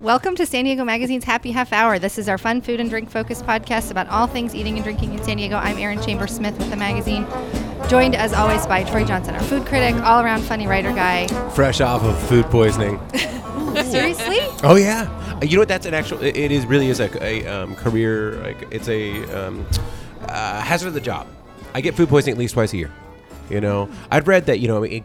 Welcome to San Diego Magazine's Happy Half Hour. This is our fun food and drink focused podcast about all things eating and drinking in San Diego. I'm Erin Chambers Smith with the magazine, joined as always by Troy Johnson, our food critic, all around funny writer guy. fresh off of food poisoning. Seriously? oh yeah, Uh, you know what? That's an actual. It, it is really is like a um, career. Like it's a um, uh, hazard of the job. I get food poisoning at least twice a year. You know, I've read that. You know, it,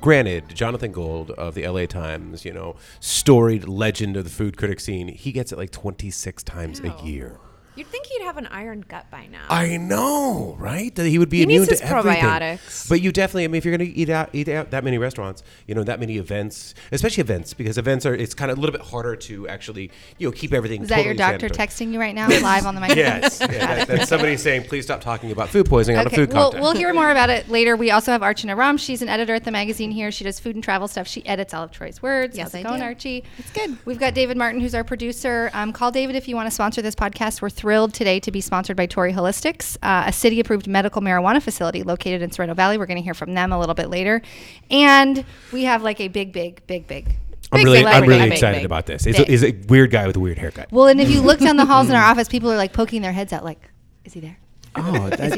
granted, Jonathan Gold of the L.A. Times, you know, storied legend of the food critic scene, he gets it like 26 times a Wow. year. You'd think he'd have an iron gut by now. I know, right? That he would be He immune needs to his everything. probiotics. But you definitely, I mean, if you're going to eat out, eat out that many restaurants, you know, that many events, especially events, because events are, it's kind of a little bit harder to actually, you know, keep everything. Is that your totally doctor sanitary. texting you right now, live on the microphone? Yes, yeah, that, that's somebody saying, please stop talking about food poisoning on a food we'll, cocktail. we'll hear more about it later. We also have Archana Ram. She's an editor at the magazine here. She does food and travel stuff. She edits all of Troy's words. Yes, How's it I going, do. Archie? It's good. We've got David Martin, who's our producer. Um, call David if you want to sponsor this podcast. We're thrilled today to be sponsored by Tory Holistics, uh, a city approved medical marijuana facility located in Sereno Valley. We're going to hear from them a little bit later. And we have like a big, big, big, big. I'm big really, I'm celebrity. really Big, excited big, about this. It's a, big. it's a weird guy with a weird haircut. Well, and if you look down the halls in our office, people are like poking their heads out, like, is he there? Oh, Is that's,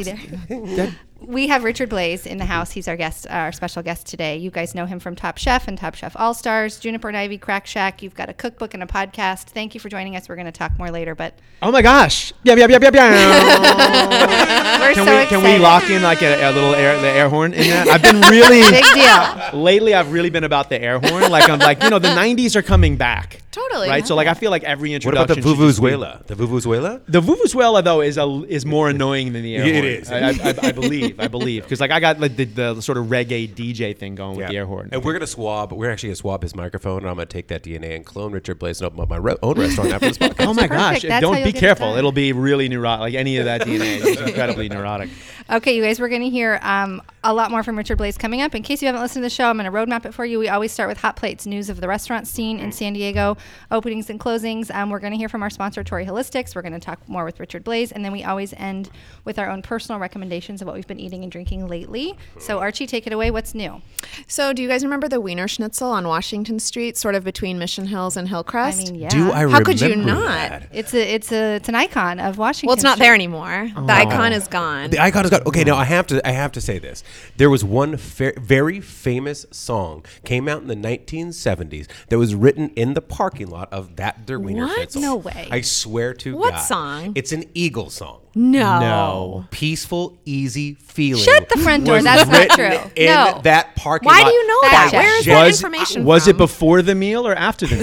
he there? We have Richard Blaze in the Mm-hmm. house. He's our guest, uh, our special guest today. You guys know him from Top Chef and Top Chef All Stars, Juniper and Ivy, Crack Shack. You've got a cookbook and a podcast. Thank you for joining us. We're going to talk more later, but oh my gosh! Yeah, yeah, yeah, yeah, yeah. we're Can so we excited. can we lock in like a, a little air the air horn in that? I've been really Big deal. lately. I've really been about the air horn. Like I'm like you know the '90s are coming back. Totally. Right. So like I feel like every What introduction. about the should just be- Vuvuzuela? The Vuvuzuela? The vuvuzela though is a is more annoying than the air It horn. is. I, I, I believe. I believe because like I got like the, the sort of reggae DJ thing going with the air horn. And we're gonna swab. We're actually gonna swab his microphone, and I'm gonna take that DNA and clone Richard Blaze and open up my ro- own restaurant after this podcast. Oh my perfect. gosh! That's how Don't you'll be get it careful. done. It'll be really neurotic. Like any of that DNA is incredibly neurotic. Okay, you guys, we're going to hear um, a lot more from Richard Blaze coming up. In case you haven't listened to the show, I'm going to roadmap it for you. We always start with hot plates, news of the restaurant scene in San Diego, openings and closings. Um, we're going to hear from our sponsor, Tory Holistics. We're going to talk more with Richard Blaze, and then we always end with our own personal recommendations of what we've been eating and drinking lately. So, Archie, take it away. What's new? So, do you guys remember the Wiener Schnitzel on Washington Street, sort of between Mission Hills and I Hillcrest? mean, yeah, Do I remember How could you not? that? it's a it's a it's an icon of Washington. well, it's not Street. there anymore. The icon is gone. Oh. The icon is gone. Okay, now I have to. I have to say this. There was one fa- very famous song came out in the 1970s that was written in the parking lot of that Der Wiener What? Schnitzel. No way. I swear to What God. song? It's an Eagle song. Oh, no. No. Peaceful, easy feeling. Shut the front door. was That's not written true. In No. that parking Why lot. do you know Fact that? check. Where is What? that Was information was from? it before the meal or after the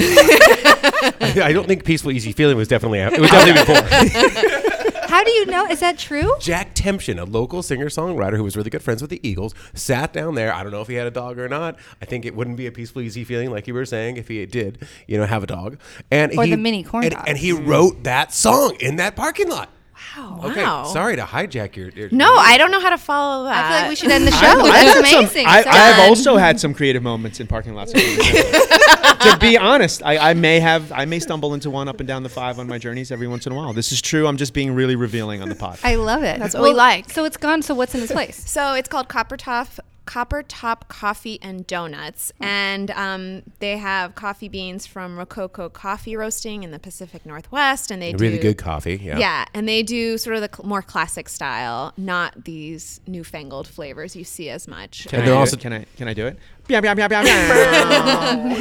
meal? I don't think peaceful, easy feeling was definitely. It was definitely before. How do you know? Is that true? Jack Temption, a local singer songwriter who was really good friends with the Eagles, sat down there. I don't know if he had a dog or not. I think it wouldn't be a peaceful, easy feeling like you were saying if he did, you know, have a dog. And Or he, the mini corn and, dogs. and he wrote that song in that parking lot. Oh, Wow. Okay, sorry to hijack your. your No, I don't know how to follow that. I feel like we should end the show. I've- I've That's had some- amazing. I, I have Done. also had some creative moments in parking lots. of to be honest, I, I may have, I may stumble into one up and down the five on my journeys every once in a while. This is true. I'm just being really revealing on the pod. I love it. That's what we like. So it's gone. So what's in its place? So it's called Copper Top, Copper Top Coffee and Donuts, and um, they have coffee beans from Rococo Coffee Roasting in the Pacific Northwest, and they Really do good coffee. Yeah. Yeah, and they do sort of the cl- more classic style, not these newfangled flavors you see as much. Can And I they're do also- it? can I can I do it? Meow, meow, meow, meow, meow.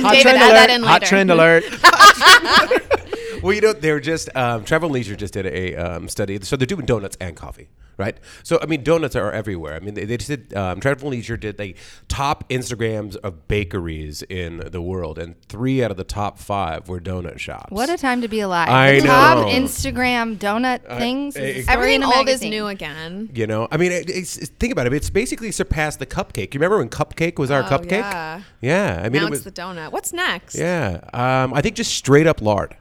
Hot David, trend add alert! that in Hot later. trend alert! Well, you know, they were just um, Travel and Leisure just did a um, study. So they're doing donuts and coffee, right? So I mean, donuts are everywhere. I mean, they, they just did um, Travel and Leisure did the top Instagrams of bakeries in the world, and three out of the top five were donut shops. What a time to be alive. I the top know. Instagram donut things. is a story Everything in a old is magazine. new again. you know, I mean, it, it's, it's- think about it. It's basically surpassed the cupcake. You remember when cupcake was our cupcake? Oh, yeah. Yeah, I mean, now it was. it's the donut. What's next? yeah, um, I think just straight up lard.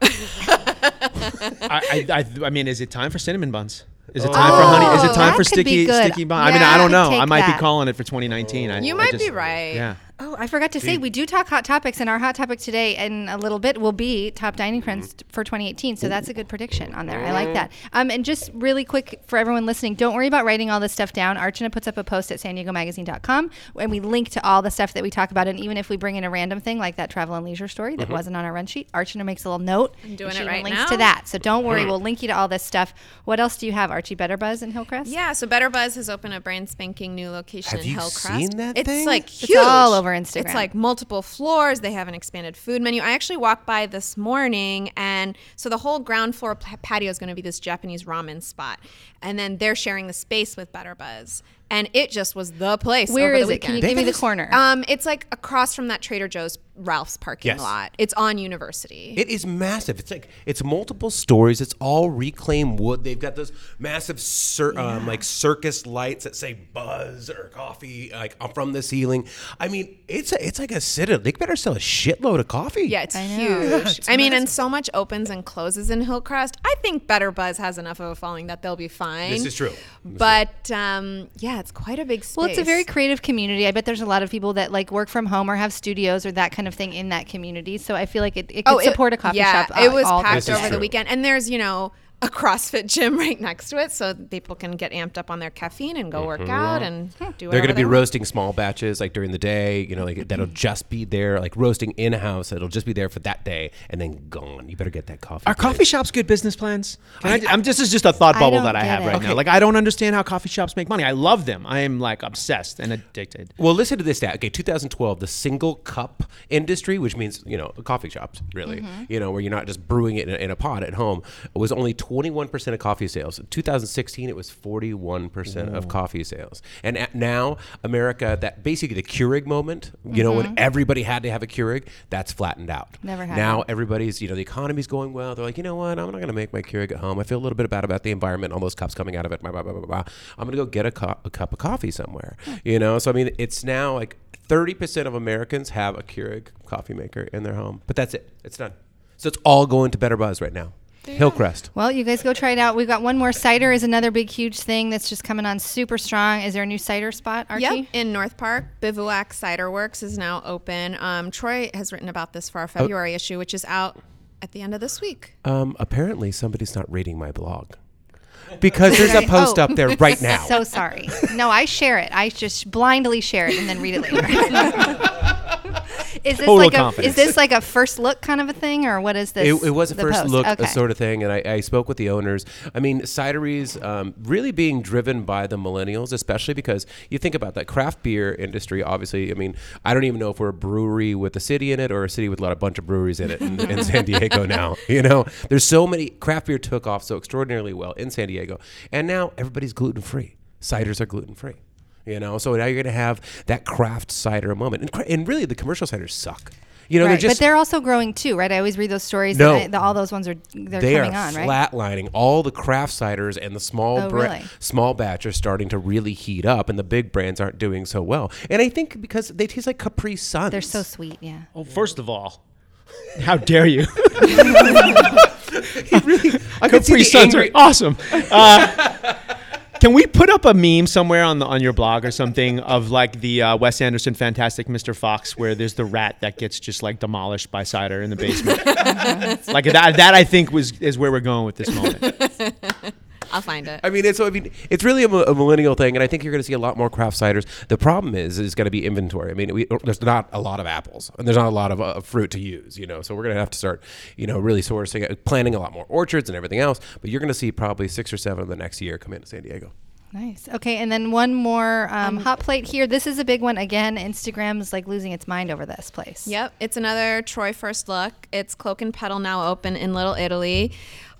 I, I, I, I mean, is it time for cinnamon buns? Is it time for honey? Is Oh, it that time for could be sticky good. sticky bun? I mean, Yeah, I don't I know. could I take might that. be calling it for 2019. I, You I might just- be right. Yeah. Oh, I forgot to say we do talk hot topics, and our hot topic today in a little bit will be top dining trends for 2018. So that's a good prediction on there. I like that. Um, and just really quick for everyone listening, don't worry about writing all this stuff down. Archana puts up a post at san diego magazine.com, and we link to all the stuff that we talk about. And even if we bring in a random thing like that travel and leisure story that wasn't on our run sheet, Archana makes a little note. I'm doing and it she right links now. to that. So don't worry, we'll link you to all this stuff. What else do you have, Archie? Better Buzz in Hillcrest? Yeah, so Better Buzz has opened a brand spanking new location Have in you Hillcrest. seen that it's thing? like It's huge. all over Instagram. It's like multiple floors. They have an expanded food menu. I actually walked by this morning, and so the whole ground floor pa- patio is going to be this Japanese ramen spot, and then they're sharing the space with Better Buzz, and it just was the place. Where over is the it? Can you weekend. They give me can the just- corner? Um, it's like across from that Trader Joe's Ralph's parking Yes. lot. It's on University. It is massive. It's like it's multiple stories. It's all reclaimed wood. They've got those massive cir- um, like circus lights that say "Buzz" or "Coffee" like up from the citadel. I mean, it's a, it's like a citadel. They better sell a shitload of coffee. Yeah, it's know. huge. I mean, and so much opens and closes in Hillcrest. I think Better Buzz has enough of a following that they'll be fine. This is true. But um, yeah, it's quite a big space. Well, it's a very creative community. I bet there's a lot of people that like work from home or have studios or that kind of thing in that community. So I feel like it, it could Oh, it- support a coffee yeah, shop. uh, It was all packed This is over the true. weekend, and there's you know a CrossFit gym right next to it, so people can get amped up on their caffeine and go work out and do. Mm-hmm. They're going to whatever be they want. roasting small batches like during the day, you know, like that'll just be there, like roasting in house. It'll just be there for that day and then gone. You better get that coffee. Are coffee shops good business plans? Can I, am just this is just a thought I bubble don't that I get have it. right Okay. now. Like I don't understand how coffee shops make money. I love them. I am like obsessed and addicted. Well, listen to this stat. Okay, 2012, the single cup industry, which means you know coffee shops, really, you know, where you're not just brewing it in a, in a pot at home, was only 21 percent of coffee sales. In 2016, it was 41 percent of coffee sales, and at now America, that basically the Keurig moment, you know, when everybody had to have a Keurig, that's flattened out. Never happened. Now Oh, everybody's, you know, the economy's going well. They're like, you know what? I'm not going to make my Keurig at home. I feel a little bit bad about the environment, all those cups coming out of it. Blah, blah, blah, blah, blah. I'm going to go get a, cu- a cup of coffee somewhere. You know, so I mean, it's now like 30% of Americans have a Keurig coffee maker in their home, but that's it. It's done. So it's all going to Better Buzz right now. Hillcrest. Well, you guys go try it out. We've got one more. Cider is another big, huge thing that's just coming on super strong. Is there a new cider spot, Archie? Yep, in North Park, Bivouac Cider Works is now open. Um, Troy has written about this for our February issue, which is out at the end of this week. Um, apparently, somebody's not reading my blog because there's a post up there right now. So sorry. No, I share it. I just blindly share it and then read it later. is this Total like a confidence. is this like a first look kind of a thing or what is this? It, it was a the first post? look uh, Okay. sort of thing, and I, I spoke with the owners. I mean, cideries um, really being driven by the millennials, especially because you think about that craft beer industry. Obviously, I mean, I don't even know if we're a brewery with a city in it or a city with a lot of bunch of breweries in it in, in San Diego now. You know, there's so many craft beer took off so extraordinarily well in San Diego, and now everybody's gluten free. Ciders are gluten free. You know, so now you're going to have that craft cider moment, and, cra- and really the commercial ciders suck. You know, Right. they're just but they're also growing too, right? I always read those stories. No. and I, the, all those ones are they're they coming are on, right? flatlining. All the craft ciders and the small Oh, bra- really? small batch are starting to really heat up, and the big brands aren't doing so well. And I think because they taste like Capri Suns. They're so sweet, yeah. Well, Oh, first of all, how dare you? I could see Capri the Suns are angry- awesome. Uh, can we put up a meme somewhere on the on your blog or something of like the uh, Wes Anderson Fantastic Mr. Fox where there's the rat that gets just like demolished by cider in the basement? like that that I think was is where we're going with this moment. I'll find it. I mean, it's so I mean, it's really a, mi- a millennial thing, and I think you're going to see a lot more craft ciders. The problem is, is going to be inventory. I mean, we, there's not a lot of apples, and there's not a lot of uh, fruit to use, you know. So we're going to have to start, you know, really sourcing, planting a lot more orchards and everything else. But you're going to see probably six or seven in the next year come into San Diego. Nice. Okay, and then one more um, hot plate here. This is a big one again. Instagram's like losing its mind over this place. Yep, it's another Troy first look. It's Cloak and Pedal now open in Little Italy.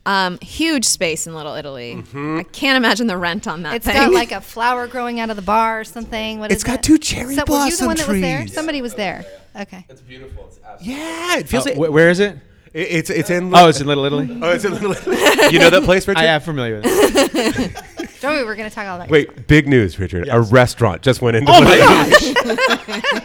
Um, huge space in Little Italy. Mm-hmm. I can't imagine the rent on that It's thing. got like a flower growing out of the bar or something. What It's is got it? two cherry So, were you the blossom one that was there? trees. Somebody was there. Okay. Yeah, it feels Uh, like wh- where is it? It- it's it's in. Oh, it's in Little Italy. Oh, it's in Little Italy. You know that place, Richard? I am familiar with it. Don't worry, we're gonna talk all about. Wait, big news, Richard. A Yes. Oh restaurant just went into. Oh Little my Italy. gosh.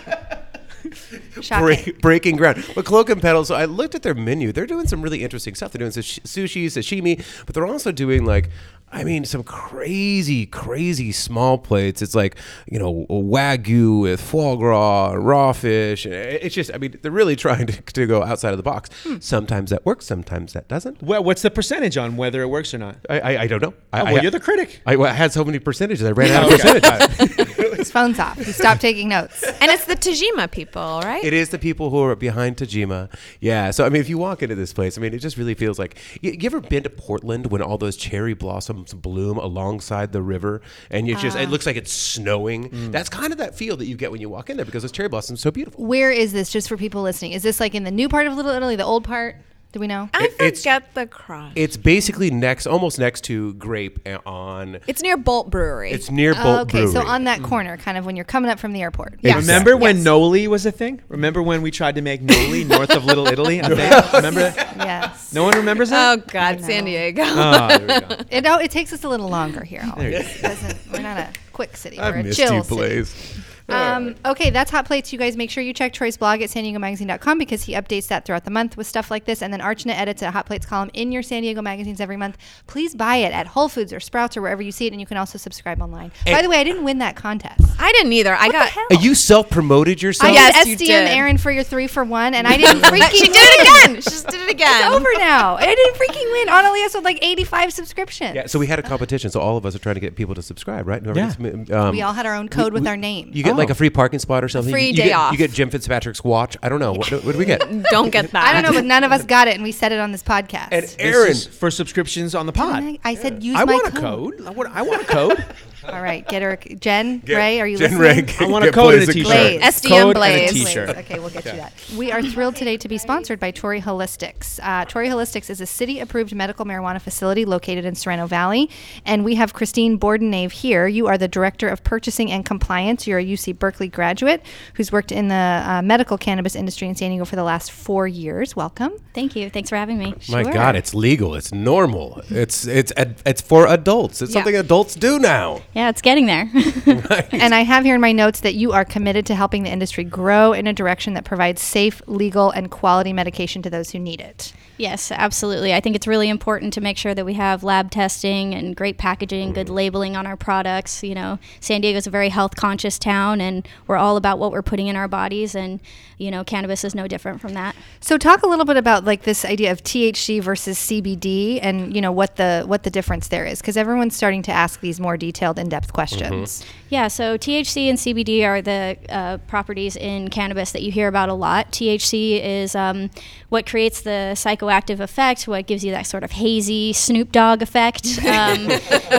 Shocking. break, breaking ground. But Cloak and Pedal, so I looked at their menu. They're doing some really interesting stuff. They're doing sash- sushi, sashimi, but they're also doing like, I mean, some crazy, crazy small plates. It's like, you know, wagyu with foie gras, raw fish. It's just, I mean, they're really trying to, to go outside of the box. Sometimes that works, sometimes that doesn't. Well, what's the percentage on whether it works or not? I, I, I don't know. I, Oh, well, I- you're the critic. I, I had so many percentages. I ran out of percentages. His phone's off. He stopped taking notes. And it's the Tajima people, right? It is the people who are behind Tajima. Yeah. So, I mean, if you walk into this place, I mean, it just really feels like. You, you ever been to Portland when all those cherry blossoms bloom alongside the river and you Ah. just, it looks like it's snowing? That's kind of that feel that you get when you walk in there because those cherry blossoms are so beautiful. Where is this? Just for people listening, is this like in the new part of Little Italy, the old part? Do we know? I It- it's- forget the cross. It's basically next, almost next to Grape and on. It's near Bolt Brewery. It's near Bolt Oh, okay, so Brewery. on that corner, kind of when you're coming up from the airport. Yeah. Exactly. Mm. Remember when Yes. Noli was a thing? Remember when we tried to make Noli north of Little Italy? I think? Remember that? Yes. No one remembers oh Um, that? God, San Diego. Uh. Oh, there we go. It, oh, it takes us a little longer here. always. It doesn't- we're not a quick city. we're a chill city. Um, okay, that's Hot Plates. You guys make sure you check Troy's blog at san diego magazine.com because he updates that throughout the month with stuff like this. And then Archna edits a Hot Plates column in your San Diego magazines every month. Please buy it at Whole Foods or Sprouts or wherever you see it. And you can also subscribe online. Eh. By the way, I didn't win that contest. I didn't either. I got. Uh, You self promoted yourself? I Yes, you did SDM did. Aaron for your three for one, and I didn't freaking She win. did it again. She just did it again. It's over now. I didn't freaking win. Analias with like 85 subscriptions. Yeah, so we had a competition. So all of us are trying to get people to subscribe, right? Whoever Yeah. gets, um, We all had our own code we- with we- our name. You get like a free parking spot or something. free you, you day get, off. You get Jim Fitzpatrick's watch. I don't know. What, what do we get? Don't get that. I don't know, but none of us got it, and we said it on this podcast. And This Aaron, is for subscriptions on the And pod. I, I said, use I my want a code. code. I want, I want a code. All right, get her, Jen, Ray. Are you listening? I want a code and a t-shirt. Blaze. SDM code Blaze. And a t-shirt. Okay, we'll get you that. We are thrilled today to be sponsored by Torrey Holistics. Uh, Torrey Holistics is a city approved medical marijuana facility located in Sereno Valley. And we have Christine Bordenave here. You are the Director of Purchasing and Compliance. You're a UC Berkeley graduate who's worked in the uh, medical cannabis industry in San Diego for the last four years. Welcome. Thank you. Thanks for having me. My Sure. God, it's legal. It's normal. It's it's ad- it's for adults. It's Yeah. something adults do now. Yeah, it's getting there. And I have here in my notes that you are committed to helping the industry grow in a direction that provides safe, legal, and quality medication to those who need it. yes, absolutely. I think it's really important to make sure that we have lab testing and great packaging, good labeling on our products. You know, San Diego's a very health conscious town and we're all about what we're putting in our bodies and, you know, cannabis is no different from that. So talk a little bit about like this idea of THC versus CBD and you know what the what the difference there is because everyone's starting to ask these more detailed in-depth questions. Yeah, so THC and CBD are the uh, properties in cannabis that you hear about a lot. THC is um, what creates the psychoactive effect, what gives you that sort of hazy Snoop Dogg effect. Um,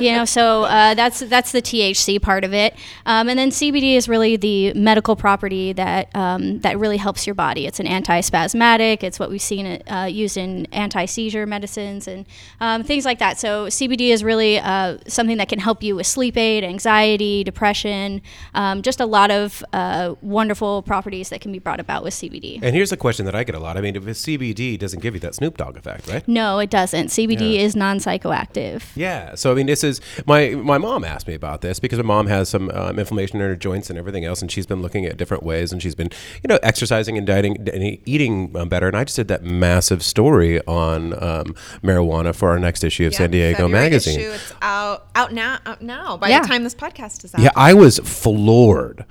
you know, so uh, that's that's the THC part of it, um, and then CBD is really the medical property that um, that really helps your body. It's an anti-spasmodic. It's what we've seen it, uh, used in anti-seizure medicines and um, things like that. So CBD is really uh, something that can help you with sleep aid, anxiety, depression, um, just a lot of uh, wonderful properties that can be brought about with CBD. And here's a question that I get a lot. I mean, if it's CBD doesn't give you that Snoop Dogg effect, right? No, it doesn't. CBD is non-psychoactive. Yeah. So I mean, this is my my mom asked me about this because my mom has some um, inflammation in her joints and everything else, and she's been looking at different ways, and she's been you know exercising and dieting and eating um, better. And I just did that massive story on um, marijuana for our next issue of San Diego February Magazine. Issue. It's out out now. Out now. By Yeah. the time this podcast is out. Yeah, I was floored,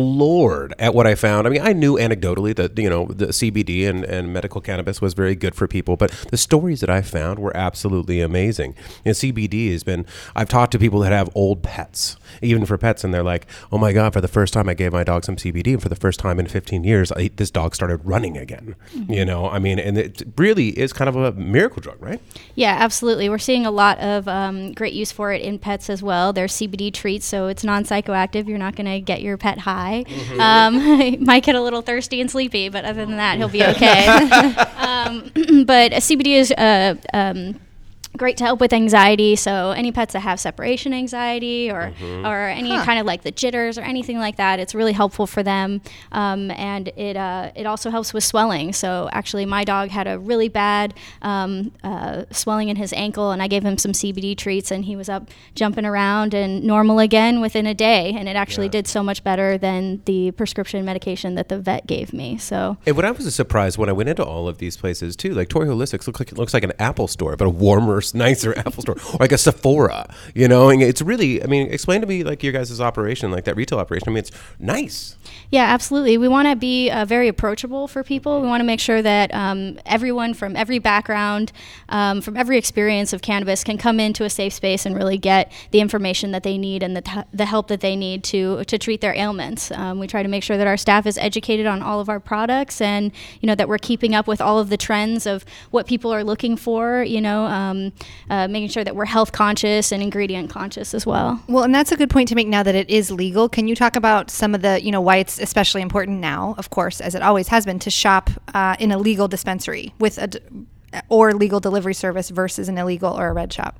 floored at what I found. I mean, I knew anecdotally that you know the CBD and, and medical cannabis was very good for people, but the stories that I found were absolutely amazing. And CBD has been. I've talked to people that have old pets, even for pets, and they're like, "Oh my god! For the first time, I gave my dog some CBD, and for the first time in 15 years, I, this dog started running again." You know, I mean, and it really is kind of a miracle drug, right? Yeah, absolutely. We're seeing a lot of um, great use for it in pets as well. They're CBD treats, so it's non psychoactive. You're not going to get your pet high. Um, might get a little thirsty and sleepy, but other than that, he'll be okay. um, but uh, CBD is. Uh, um, great to help with anxiety. So any pets that have separation anxiety or or any kind of like the jitters or anything like that, it's really helpful for them. Um, and it uh, it also helps with swelling. So actually, my dog had a really bad um, uh, swelling in his ankle, and I gave him some CBD treats, and he was up jumping around and normal again within a day. And it actually did so much better than the prescription medication that the vet gave me. So And what I was surprised when I went into all of these places too, like Toy Holistics looks like it looks like an Apple store, but a warmer, nicer Apple store, or like a Sephora, you know. And it's really, I mean, explain to me like your guys' operation, like that retail operation. I mean, it's nice. Yeah, absolutely. We want to be uh, very approachable for people. We want to make sure that um, everyone from every background, um, from every experience of cannabis, can come into a safe space and really get the information that they need and the, t- the help that they need to to treat their ailments. Um, we try to make sure that our staff is educated on all of our products and you know that we're keeping up with all of the trends of what people are looking for. You know, um, uh, making sure that we're health conscious and ingredient conscious as well. Well, and that's a good point to make now that it is legal. Can you talk about some of the, you know, why it's especially important now, of course, as it always has been, to shop uh, in a legal dispensary with a d- or legal delivery service versus an illegal or a red shop?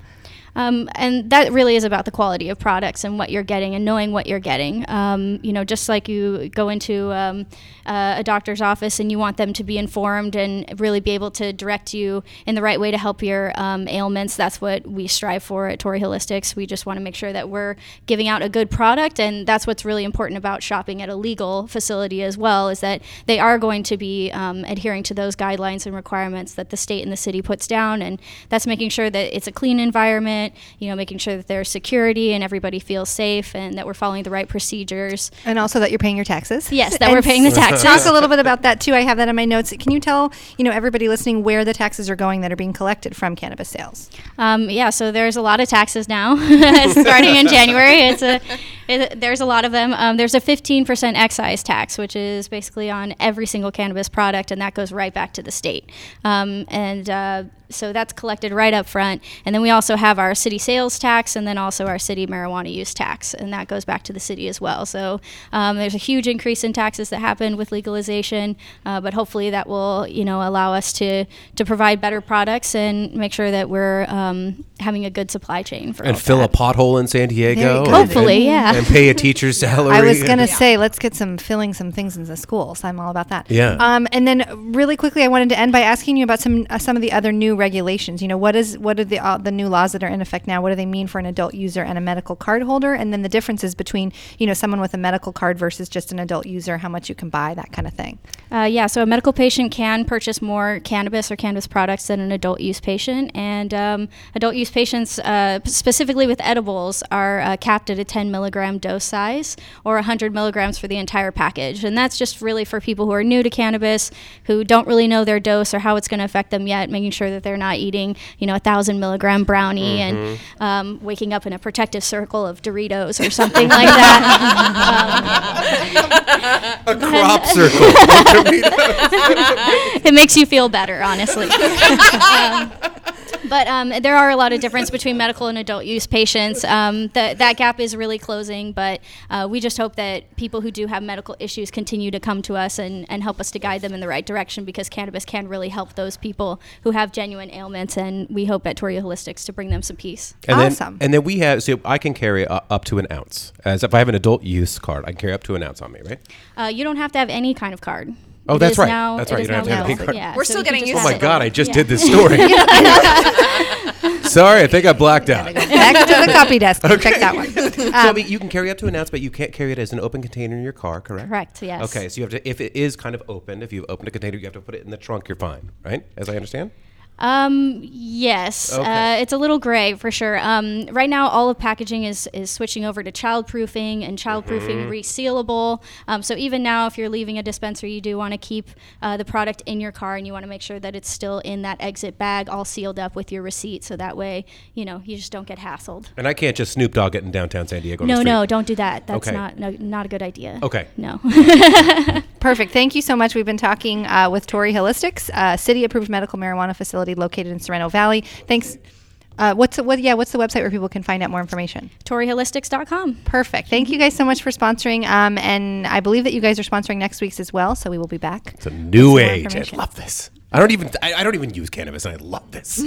Um, and that really is about the quality of products and what you're getting and knowing what you're getting. Um, you know, just like you go into um, uh, a doctor's office and you want them to be informed and really be able to direct you in the right way to help your um, ailments. That's what we strive for at Tory Holistics. We just want to make sure that we're giving out a good product, and that's what's really important about shopping at a legal facility as well. Is that they are going to be um, adhering to those guidelines and requirements that the state and the city puts down, and that's making sure that it's a clean environment. You know, making sure that there's security and everybody feels safe, and that we're following the right procedures. And also that you're paying your taxes. Yes, that And we're paying the taxes. Talk a little bit about that too. I have that in my notes. Can you tell, you know, everybody listening where the taxes are going that are being collected from cannabis sales? Um, yeah, so there's a lot of taxes now, starting in January. It's a it, there's a lot of them. Um, there's a 15% excise tax, which is basically on every single cannabis product, and that goes right back to the state. Um, and uh, so that's collected right up front. And then we also have our city sales tax, and then also our city marijuana use tax, and that goes back to the city as well. So um, there's a huge increase in taxes that happened with legalization, uh, but hopefully that will you know allow us to to provide better products and make sure that we're um, having a good supply chain for all And of fill that. a pothole in San Diego. go. and- Hopefully, and- yeah. And pay a teacher's salary. I was gonna and- say, let's get some filling some things in the schools. I'm all about that. Yeah. Um, and then really quickly, I wanted to end by asking you about some uh, some of the other new regulations. You know, what is what are the uh, the new laws that are in effect now? What do they mean for an adult user and a medical card holder? And then the differences between you know someone with a medical card versus just an adult user, how much you can buy, that kind of thing. Uh, yeah, so a medical patient can purchase more cannabis or cannabis products than an adult use patient, and um, adult use patients, uh, specifically with edibles, are uh, capped at a 10 milligram dose size or 100 milligrams for the entire package, and that's just really for people who are new to cannabis, who don't really know their dose or how it's going to affect them yet, making sure that they're not eating, you know, a thousand milligram brownie and um, waking up in a protective circle of Doritos or something like that. Um, a crop circle. it makes you feel better, honestly. Um, but um, there are a lot of difference between medical and adult use patients. Um, the, that gap is really closing, but uh, we just hope that people who do have medical issues continue to come to us and, and help us to guide them in the right direction because cannabis can really help those people who have genuine ailments, and we hope at Torio Holistics to bring them some peace. And Awesome. Then, and then we have, so I can carry uh, up to an ounce. As if I have an adult use card, I can carry up to an ounce on me, right? Uh, you don't have to have any kind of card. Oh, It that's is right. now- That's it right. is You don't have now to have any legal. card. Yeah, We're so still you can getting just used Oh have my to it. God, I just Yeah. did this story. Sorry, I think I blacked out. Back to the copy desk. and Check that one. Um, so I mean, you can carry up to an ounce, but you can't carry it as an open container in your car, correct? Correct, yes. Okay, so you have to, if it is kind of open, if you've opened a container, you have to put it in the trunk, you're fine, right? As I understand? Um, yes, Okay. uh, it's a little gray for sure. Um, right now, all of packaging is, is switching over to childproofing and childproofing Mm-hmm. resealable. Um, so even now, if you're leaving a dispensary, you do want to keep uh, the product in your car and you want to make sure that it's still in that exit bag, all sealed up with your receipt. So that way, you know, you just don't get hassled. And I can't just Snoop Dogg it in downtown San Diego. on the No, street. no, don't do that. That's Okay. not no, not a good idea. Okay. No. Perfect. Thank you so much. We've been talking uh, with Tori Holistics, uh, city-approved medical marijuana facility located in Sereno Valley. Thanks. Uh, what's the, what? Yeah, what's the website where people can find out more information? ToryHolistics.com. Perfect. Thank you guys so much for sponsoring. Um, and I believe that you guys are sponsoring next week's as well. So we will be back. It's a new Some more age. I information. love this. I don't even I, I don't even use cannabis, and I love this.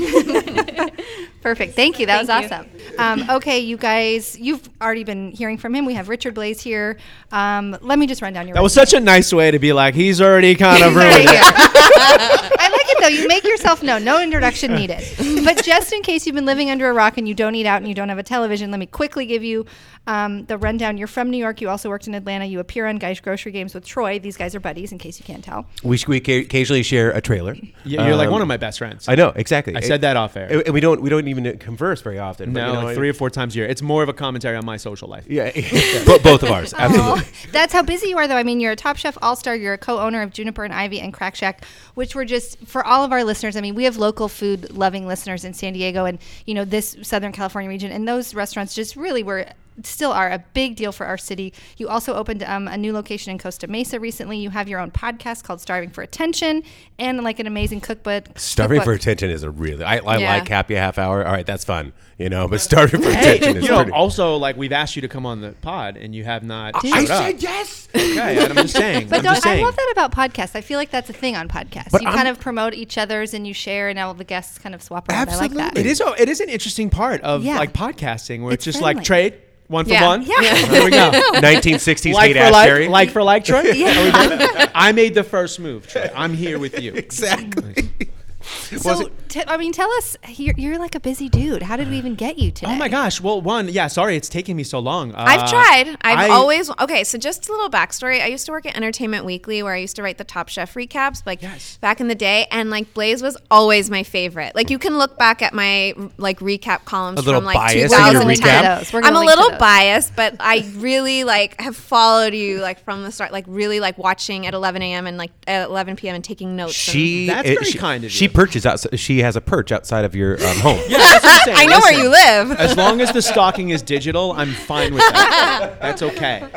Perfect. Thank you. That was awesome. Thank Um, okay, you guys, you've already been hearing from him. We have Richard Blaze here. Um, let me just run down your. That was resume. such a nice way to be like, he's already kind of Sorry, ruined yeah. it. I like it though. You make yourself known. No introduction needed. But just in case you've been living under a rock and you don't eat out and you don't have a television, let me quickly give you um, the rundown. You're from New York. You also worked in Atlanta. You appear on Guy's Grocery Games with Troy. These guys are buddies, in case you can't tell. We sh- we ca- occasionally share a trailer. You're like Um, one of my best friends. I know exactly. I said that off air. And we don't we don't even converse very often. but, no, you know, I- like three or four times a year. It's more of a commentary on my social life. Yeah, Bo- both of ours. Absolutely. Oh, that's how busy you are, though. I mean, you're a Top Chef All Star. You're a co-owner of Juniper and Ivy and Crack Shack, which were just for all of our listeners. I mean, we have local food loving listeners in San Diego and you know this Southern California region, and those restaurants just really were. Still are a big deal for our city. You also opened um, a new location in Costa Mesa recently. You have your own podcast called "Starving for Attention" and like an amazing cookbook. Starving for cookbook. attention is a really I, I Yeah. like happy half hour. All right, that's fun, you know. But starving for attention is you know, pretty. also like we've asked you to come on the pod and you have not. showed I up. said yes. Okay, and I'm just saying. But I'm just don't, I saying. love that about podcasts. I feel like that's a thing on podcasts. But you I'm- kind of promote each other's and you share, and all the guests kind of swap around. I like that. It is. A, it is an interesting part of Yeah. like podcasting where it's, It's just like friendly. trade one for Yeah. one. Yeah. Yeah. There we go. 1960s Like hate for ass like, Terry. like for like, Troy. Are we done? I made the first move, Troy. I'm here with you. exactly. Was So, it- t- I mean, tell us, you're, you're like a busy dude. How did we even get you today? Oh my gosh. Well, one, yeah. Sorry, it's taking me so long. Uh, I've tried. I've I- always okay. So just a little backstory. I used to work at Entertainment Weekly, where I used to write the Top Chef recaps, like Yes. back in the day. And like Blaze was always my favorite. Like you can look back at my like recap columns A little from like biased 2010. in your recap? Those. We're gonna I'm a link to little those. biased, but I really like have followed you like from the start. Like really like watching at 11 a.m. and like at 11 p.m. and taking notes. and- She That's uh, very she, kind of She you. perches outside. She has a perch outside of your um, home. Yeah, that's what I'm saying. I know where Listen. you live. As long as the stocking is digital, I'm fine with that. That's okay.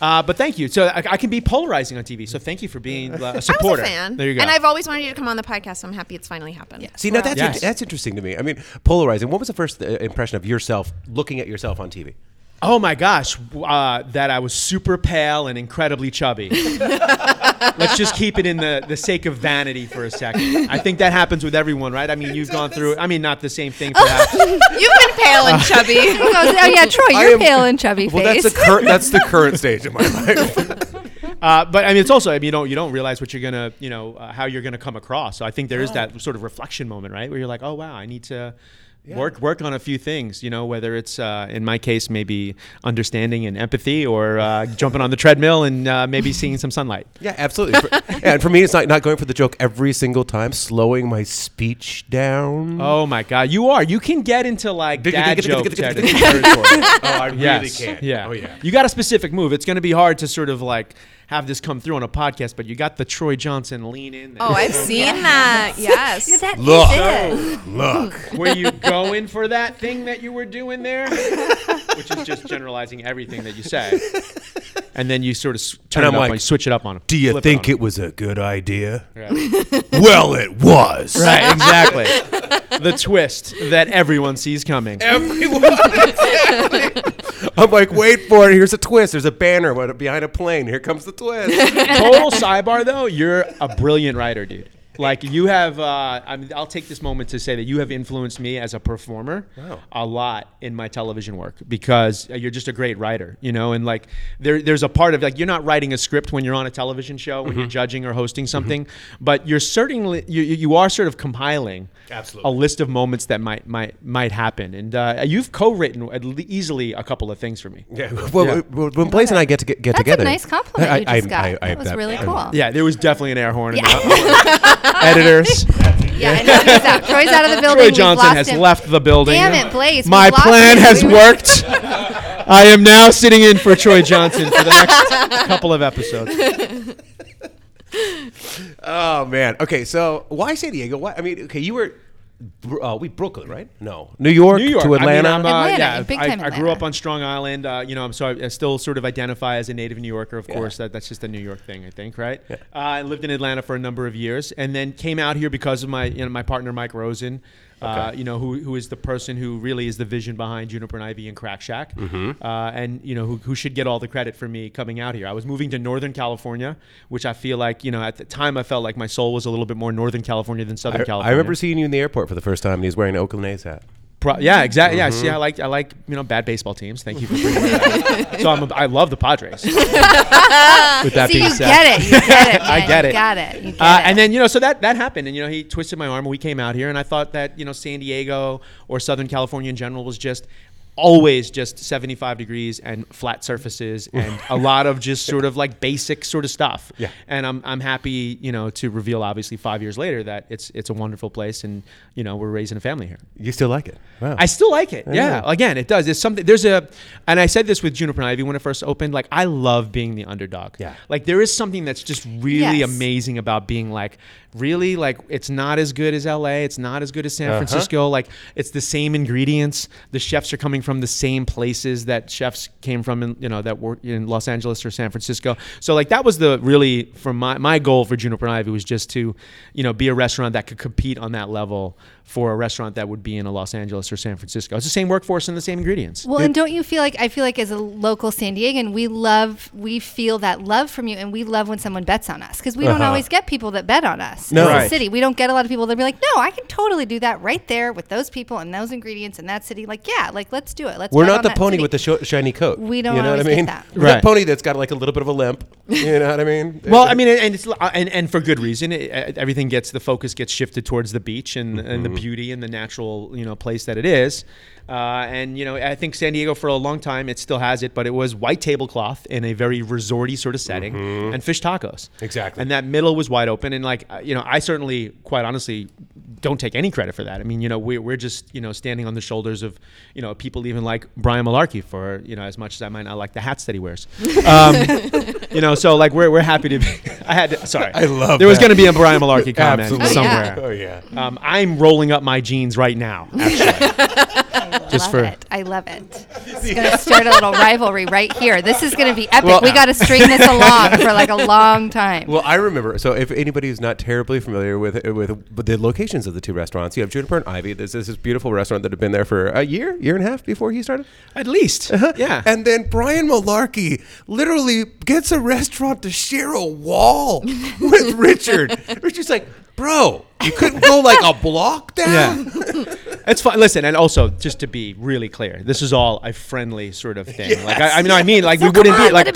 Uh, but thank you. So I, I can be polarizing on TV. So thank you for being uh, a I was supporter. a fan. There you go. And I've always wanted you to come on the podcast. So I'm happy it's finally happened. See, now that's Yes. int- that's interesting to me. I mean, polarizing. What was the first uh, impression of yourself looking at yourself on TV? Oh my gosh, uh, that I was super pale and incredibly chubby. Let's just keep it in the, the sake of vanity for a second. I think that happens with everyone, right? I mean, you've gone through, I mean, not the same thing perhaps. You've been pale and chubby. Oh, no, oh, yeah, Troy, I you're am- pale and chubby Well, face. that's the current that's the current stage of my life. Uh, but I mean, it's also, I mean, you don't, you don't realize what you're going to, you know, uh, how you're going to come across. So I think there is that sort of reflection moment, right? Where you're like, oh, wow, I need to. Work work on a few things, you know, whether it's uh, in my case maybe understanding and empathy, or uh, jumping on the treadmill and uh, maybe seeing some sunlight. Yeah, absolutely. For- and for me, it's not not going for the joke every single time, slowing my speech down. Oh my God, you are. You can get into like dad joke territory. oh, I Yes. Oh, Oh, Yeah. You got a specific move. It's going to be hard to sort of like have this come through on a podcast, but you got the Troy Johnson lean in. There. Oh, I've seen that. Yeah, Yes. that is Look. it. Look. were you going for that thing that you were doing there? Which is just generalizing everything that you say, and then you sort of s- turn And I'm it up like, and switch it up on him. Do you Flip think on it was a good idea? him. well, it was. Right. right? Exactly. the twist that everyone sees coming. Everyone. exactly. I'm like, wait for it. Here's a twist. There's a banner what- behind a plane. Here comes the twist. Total sidebar though, you're a brilliant writer, dude. Like you have, uh, I'm, I'll take this moment to say that you have influenced me as a performer Wow. a lot in my television work because uh, you're just a great writer, you know. And like there, there's a part of like you're not writing a script when you're on a television show when Mm-hmm. you're judging or hosting something, but you're certainly you, you you are sort of compiling Absolutely. a list of moments that might might might happen. And uh, you've co-written at le- easily a couple of things for me. yeah. Well, Yeah. well, when Blaze and I get to get, get That's together, a nice compliment I- you just I- got. I- I- that was really cool. Yeah, there was definitely an air horn. in Yeah. that. Editors. Yeah, and now he's out. Troy's out of the building. Troy We've Johnson lost has him. left the building. Damn it, Blaze. we My lost plan him. has We- worked. I am now sitting in for Troy Johnson for the next couple of episodes. Oh man. Okay. So why San Diego? Why? I mean, okay. You were. Bro- Uh, we Brooklyn, right? No, New York, New York to Atlanta. I mean, I'm, uh, Atlanta, yeah, big I, time I grew up Atlanta. on Strong Island. Uh, you know, I'm so I, I still sort of identify as a native New Yorker. Of course, that, that's just a New York thing, I think, right? Uh, I lived in Atlanta for a number of years, and then came out here because of my you know my partner Mike Rosen. uh, Okay. you know, who, who is the person who really is the vision behind Juniper and Ivy and Crack Shack, Mm-hmm. uh, and you know, who, who should get all the credit for me coming out here. I was moving to Northern California, which I feel like you know, at the time I felt like my soul was a little bit more Northern California than Southern I, California. I remember seeing you in the airport for the first time, and he was wearing an Oakland A's hat. Pro- yeah, exactly. Yeah, see, I like I like you know bad baseball teams. Thank you for bringing that. up. so I'm a, I love the Padres. With that See, you get it. You get it. I man. get You it. got it. You get Uh, it. and then you know, so that that happened, and you know, he twisted my arm, and we came out here, and I thought that you know, San Diego or Southern California in general was just always just 75 degrees and flat surfaces and a lot of just sort of like basic sort of stuff. Yeah. And I'm I'm happy, you know, to reveal obviously 5 years later that it's it's a wonderful place and you know, we're raising a family here. You still like it? Wow. I still like it. Yeah. Yeah. Again, it does. It's something. There's a, and I said this with Juniper and Ivy when it first opened. Like, I love being the underdog. Yeah. Like, there is something that's just really Yes. amazing about being like, really, like, it's not as good as LA. It's not as good as San Francisco. Like, it's the same ingredients. The chefs are coming from the same places that chefs came from, in, you know, that were in Los Angeles or San Francisco. So, like, that was the really, for my, my goal for Juniper and Ivy was just to, you know, be a restaurant that could compete on that level for a restaurant that would be in a Los Angeles or San Francisco. It's the same workforce and the same ingredients. Well, and don't you feel like I feel like as a local San Diegan, we love, we feel that love from you, and we love when someone bets on us because we don't Uh-huh. always get people that bet on us. No. in the Right. city, we don't get a lot of people that be like, "No, I can totally do that right there with those people and those ingredients in that city." Like, yeah, like let's do it. Let's. We're bet on not the that pony city. with the sh- shiny coat. We don't You know what always I get mean? that. We're that Right. pony that's got like a little bit of a limp. You know what I mean? Well, I mean, and it's and, and for good reason. It- it- everything gets the focus gets shifted towards the beach and, and the beauty and the natural you know place that it is. Uh, and you know, I think San Diego for a long time it still has it, but it was white tablecloth in a very resorty sort of setting and fish tacos. Exactly. And that middle was wide open. And like uh, you know, I certainly, quite honestly, don't take any credit for that. I mean, you know, we're we're just you know standing on the shoulders of you know people even like Brian Malarkey for you know as much as I might not like the hats that he wears. Um, you know, so like we're, we're happy to be. I had to, sorry. I love There was that. going to be a Brian Malarkey comment absolutely. somewhere. Oh yeah. Um, I'm rolling up my jeans right now. just love for- it. I love it. It's gonna start a little rivalry right here. This is gonna be epic. Well- we got to string this along for like a long time. Well, I remember. So, if anybody is not terribly familiar with with the locations of the two restaurants, you have Juniper and Ivy. There's this, this beautiful restaurant that had been there for a year, year and a half before he started. At least, Uh-huh. yeah. And then Brian Malarkey literally gets a restaurant to share a wall with Richard. Richard's like, bro, you couldn't go like a block down. yeah. It's fine. Listen, and also just to be really clear, this is all a friendly sort of thing. Like I, I mean, I mean, like we wouldn't be like,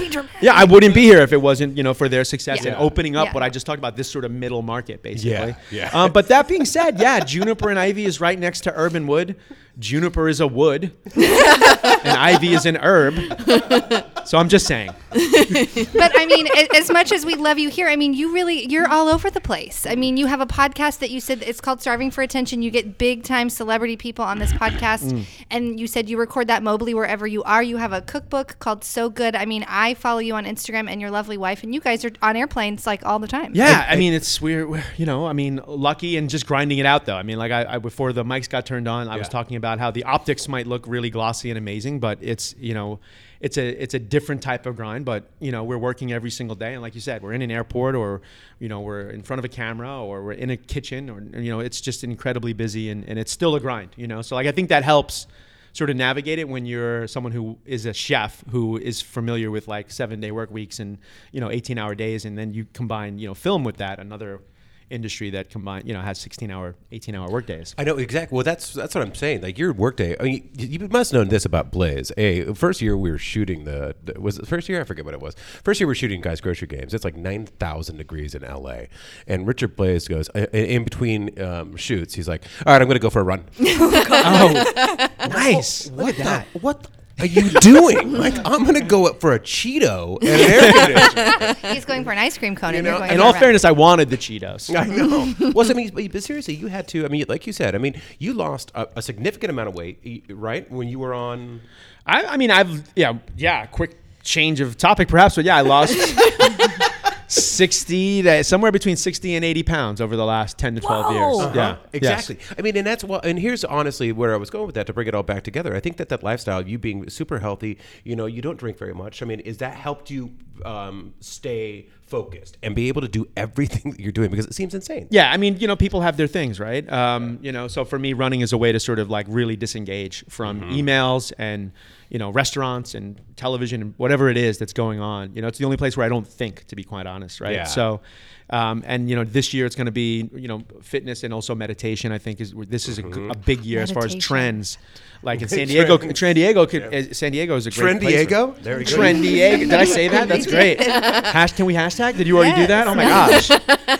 yeah, I wouldn't be here if it wasn't you know for their success and Yeah. opening up Yeah. what I just talked about, this sort of middle market basically. Yeah, yeah. Um, but that being said, yeah, Juniper and Ivy is right next to Urban Wood. Juniper is a wood, and Ivy is an herb. So I'm just saying. but I mean, a- as much as we love you here, I mean, you really you're all over the place. I mean, you have a podcast that you said it's called Starving for Attention. You get big time celebrity people on this podcast, Mm. and you said you record that mobily wherever you are. You have a cookbook called So Good. I mean, I follow you on Instagram and your lovely wife, and you guys are on airplanes like all the time. Yeah, I, mean, it's we're, we're- you know, I mean, lucky and just grinding it out though. I mean, like I, I before the mics got turned on, I was Yeah. talking about how the optics might look really glossy and amazing, but it's you know, it's a it's a different type of grind. But you know, we're working every single day, and like you said, we're in an airport, or you know, we're in front of a camera, or we're in a kitchen, or you know, it's just incredibly busy, and, and it's still a grind. You know, so like I think that helps. Sort of navigate it when you're someone who is a chef who is familiar with like seven day work weeks and you know 18 hour days, and then you combine you know film with that another industry that combine you know has 16 hour 18 hour work days. I know exactly. Well, that's that's what I'm saying. Like your workday. I mean, you, you must know this about Blaze. A first year we were shooting the the- was it the first year I forget what it was. First year we were shooting guys grocery games. It's like nine thousand degrees in L.A. And Richard Blaze goes uh, in, in between um, shoots. He's like, "All right, I'm going to go for a run." Oh, nice! Look at that. what are you doing? like, I'm going to go up for a Cheeto and an air conditioner. he's going for an ice cream cone, and know, you're going In for a all run. fairness, I wanted the Cheetos. I know. well, so, I mean, but, but seriously, you had to. I mean, like you said, I mean, you lost a, a significant amount of weight, y- right? When you were on. I, I mean, I've yeah, yeah. Quick change of topic, perhaps, but yeah, I lost sixty to somewhere between sixty and eighty pounds over the last ten to twelve years. Yeah, yes. Uh-huh. exactly. I mean, and that's well. And here's honestly where I was going with that to bring it all back together. I think that that lifestyle, you being super healthy, you know, you don't drink very much. I mean, is that helped you um, stay focused and be able to do everything that you're doing because it seems insane. Yeah, I mean, you know, people have their things, right? Um, you know, so for me, running is a way to sort of like really disengage from Mm-hmm. emails and you know restaurants and television and whatever it is that's going on. You know, it's the only place where I don't think, to be quite honest, right? Yeah. So, um, and you know, this year it's going to be you know fitness and also meditation. I think is this is a g- a, big year as far as Meditation. trends. Like in San Diego, Mm-hmm. Trends. San Diego, could, uh, San Diego is a great Trend place for- Diego? There we go. Trend Diego. Did I say that? That's great. Hash, can we hashtag? Did you already do that? Oh my gosh.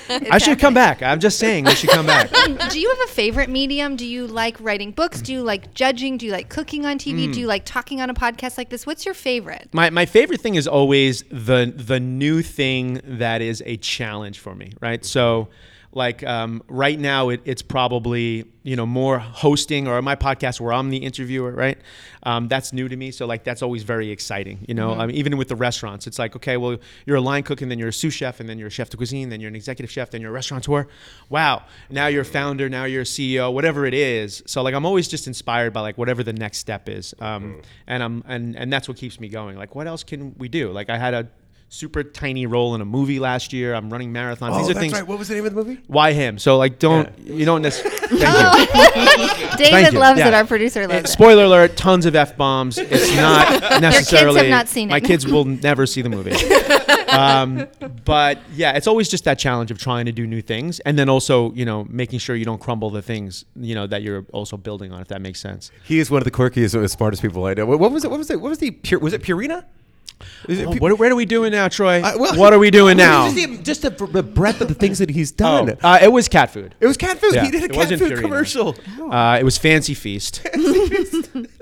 I should come back. I'm just saying they should come back. do you have a favorite medium? Do you like writing books? Do you like judging? Do you like cooking on TV? Mm. Do you like talking on a podcast like this? What's your favorite? My, my favorite thing is always the the new thing that is a challenge for me, right? So, like um, right now, it, it's probably you know more hosting or my podcast where I'm the interviewer, right? Um, that's new to me, so like that's always very exciting, you know. I mean, even with the restaurants, it's like okay, well you're a line cook and then you're a sous chef and then you're a chef de cuisine, then you're an executive chef, then you're a restaurateur. Wow, now you're a founder, now you're a CEO, whatever it is. So like I'm always just inspired by like whatever the next step is, um, and I'm and and that's what keeps me going. Like what else can we do? Like I had a super tiny role in a movie last year. I'm running marathons. These are things. Oh, What was the name of the movie? Why him? So like don't you don't necessarily. Oh. David you. loves Yeah. it. Our producer loves it. Eh, Spoiler alert: tons of f bombs. It's not necessarily. not seen it. My kids will never see the movie. um, but yeah, it's always just that challenge of trying to do new things, and then also you know making sure you don't crumble the things you know that you're also building on. If that makes sense. He is one of the quirkiest, and smartest people I know. What, what was it? What was it? What was the? Pur- was it Purina? Is it Oh, Pu- what, what are we doing now, Troy? I- Uh, well- what are we doing now? Just, the, just the, the breadth of the things that he's Oh, done. uh, it was cat food. it was cat food. Yeah, he did a it cat wasn't food Purina. commercial. Uh, it was Fancy Feast.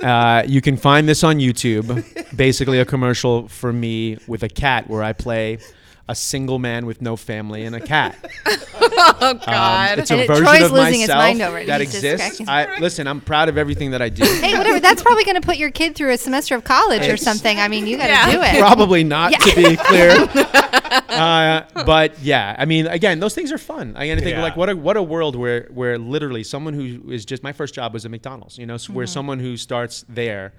uh, you can find this on YouTube. Basically, a commercial for me with a cat where I play a single man with no family and a cat. Oh Um, God. it's a And it- version Troy's of losing his myself mind over it. that He's just exists. cracking- I, listen, I'm proud of everything that I do. Hey, whatever. That's probably going to put your kid through a semester of college or something. I mean, you got to Yeah. do it. Probably not, to be clear. uh, but yeah, I mean, again, those things are fun. I, and I think Yeah. like what a what a world where where literally someone who is just my first job was at McDonald's, you know, so where someone who starts there.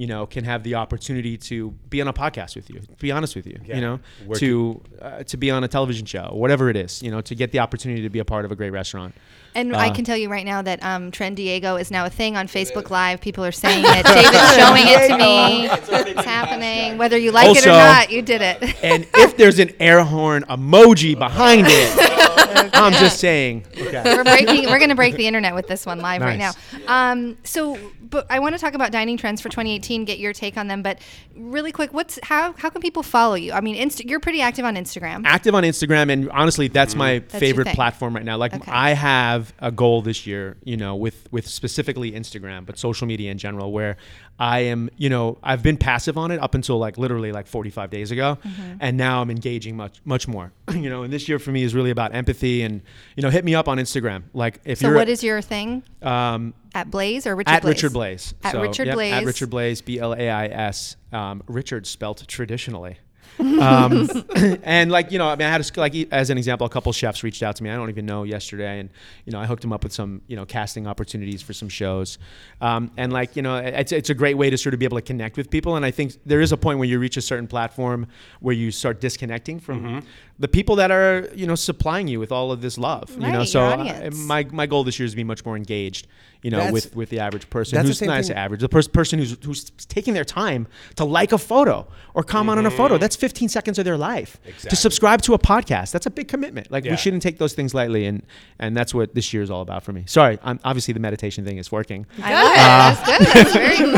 You know, can have the opportunity to be on a podcast with you. to Be honest with you, Yeah. you know, Work- to uh, to be on a television show, whatever it is, you know, to get the opportunity to be a part of a great restaurant. And uh. I can tell you right now that um, Trend Diego is now a thing on Facebook Live. People are saying it. David's showing it to me. It's happening. Whether you like it or Also- eh, not, you did it. And if there's an air horn emoji behind it, I'm just saying. Okay. we're breaking. We're going to break the internet with this one live right Nice. now. Um, so, but I want to talk about dining trends for 2018. Get your take on them, but really quick, what's how how can people follow you? I mean, Inst- you're pretty active on Instagram. active on Instagram, and honestly, that's my your favorite thing. platform right now. Like, Okay. I have a goal this year, you know, with with specifically Instagram, but social media in general, where I am, you know, I've been passive on it up until like literally like 45 days ago, Mm-hmm. and now I'm engaging much much more, you know. And this year for me is really about empathy, and you know, hit me up on Instagram. Like, if so, you're what is your thing um, at Blaze or Richard at Blaze? Richard Blaze. At Richard Blaze. At Richard Blaze, B L A I S. Um, Richard spelt traditionally. um, and like you know, I mean, I had a, sc- like e- as an example, a couple chefs reached out to me. I don't even know yesterday, and you know, I hooked them up with some you know casting opportunities for some shows. Um, and like you know, it's it's a great way to sort of be able to connect with people. And I think there is a point where you reach a certain platform where you start disconnecting from the people that are you know supplying you with all of this love. you Right, know, your so I, audience. my my goal this year is to be much more engaged. You know, That's- with with the average person That's the who's same not thing- average, the pers- person who's who's taking their time to like a photo or comment on a photo. That's 15 seconds of their life. To Mm-hmm. Exactly. subscribe to a podcast, that's a big commitment. Like Yeah. we shouldn't take those things lightly, and and that's what this year is all about for me. Sorry, I'm, obviously the meditation thing is working. I love it. Uh, That's good. That's very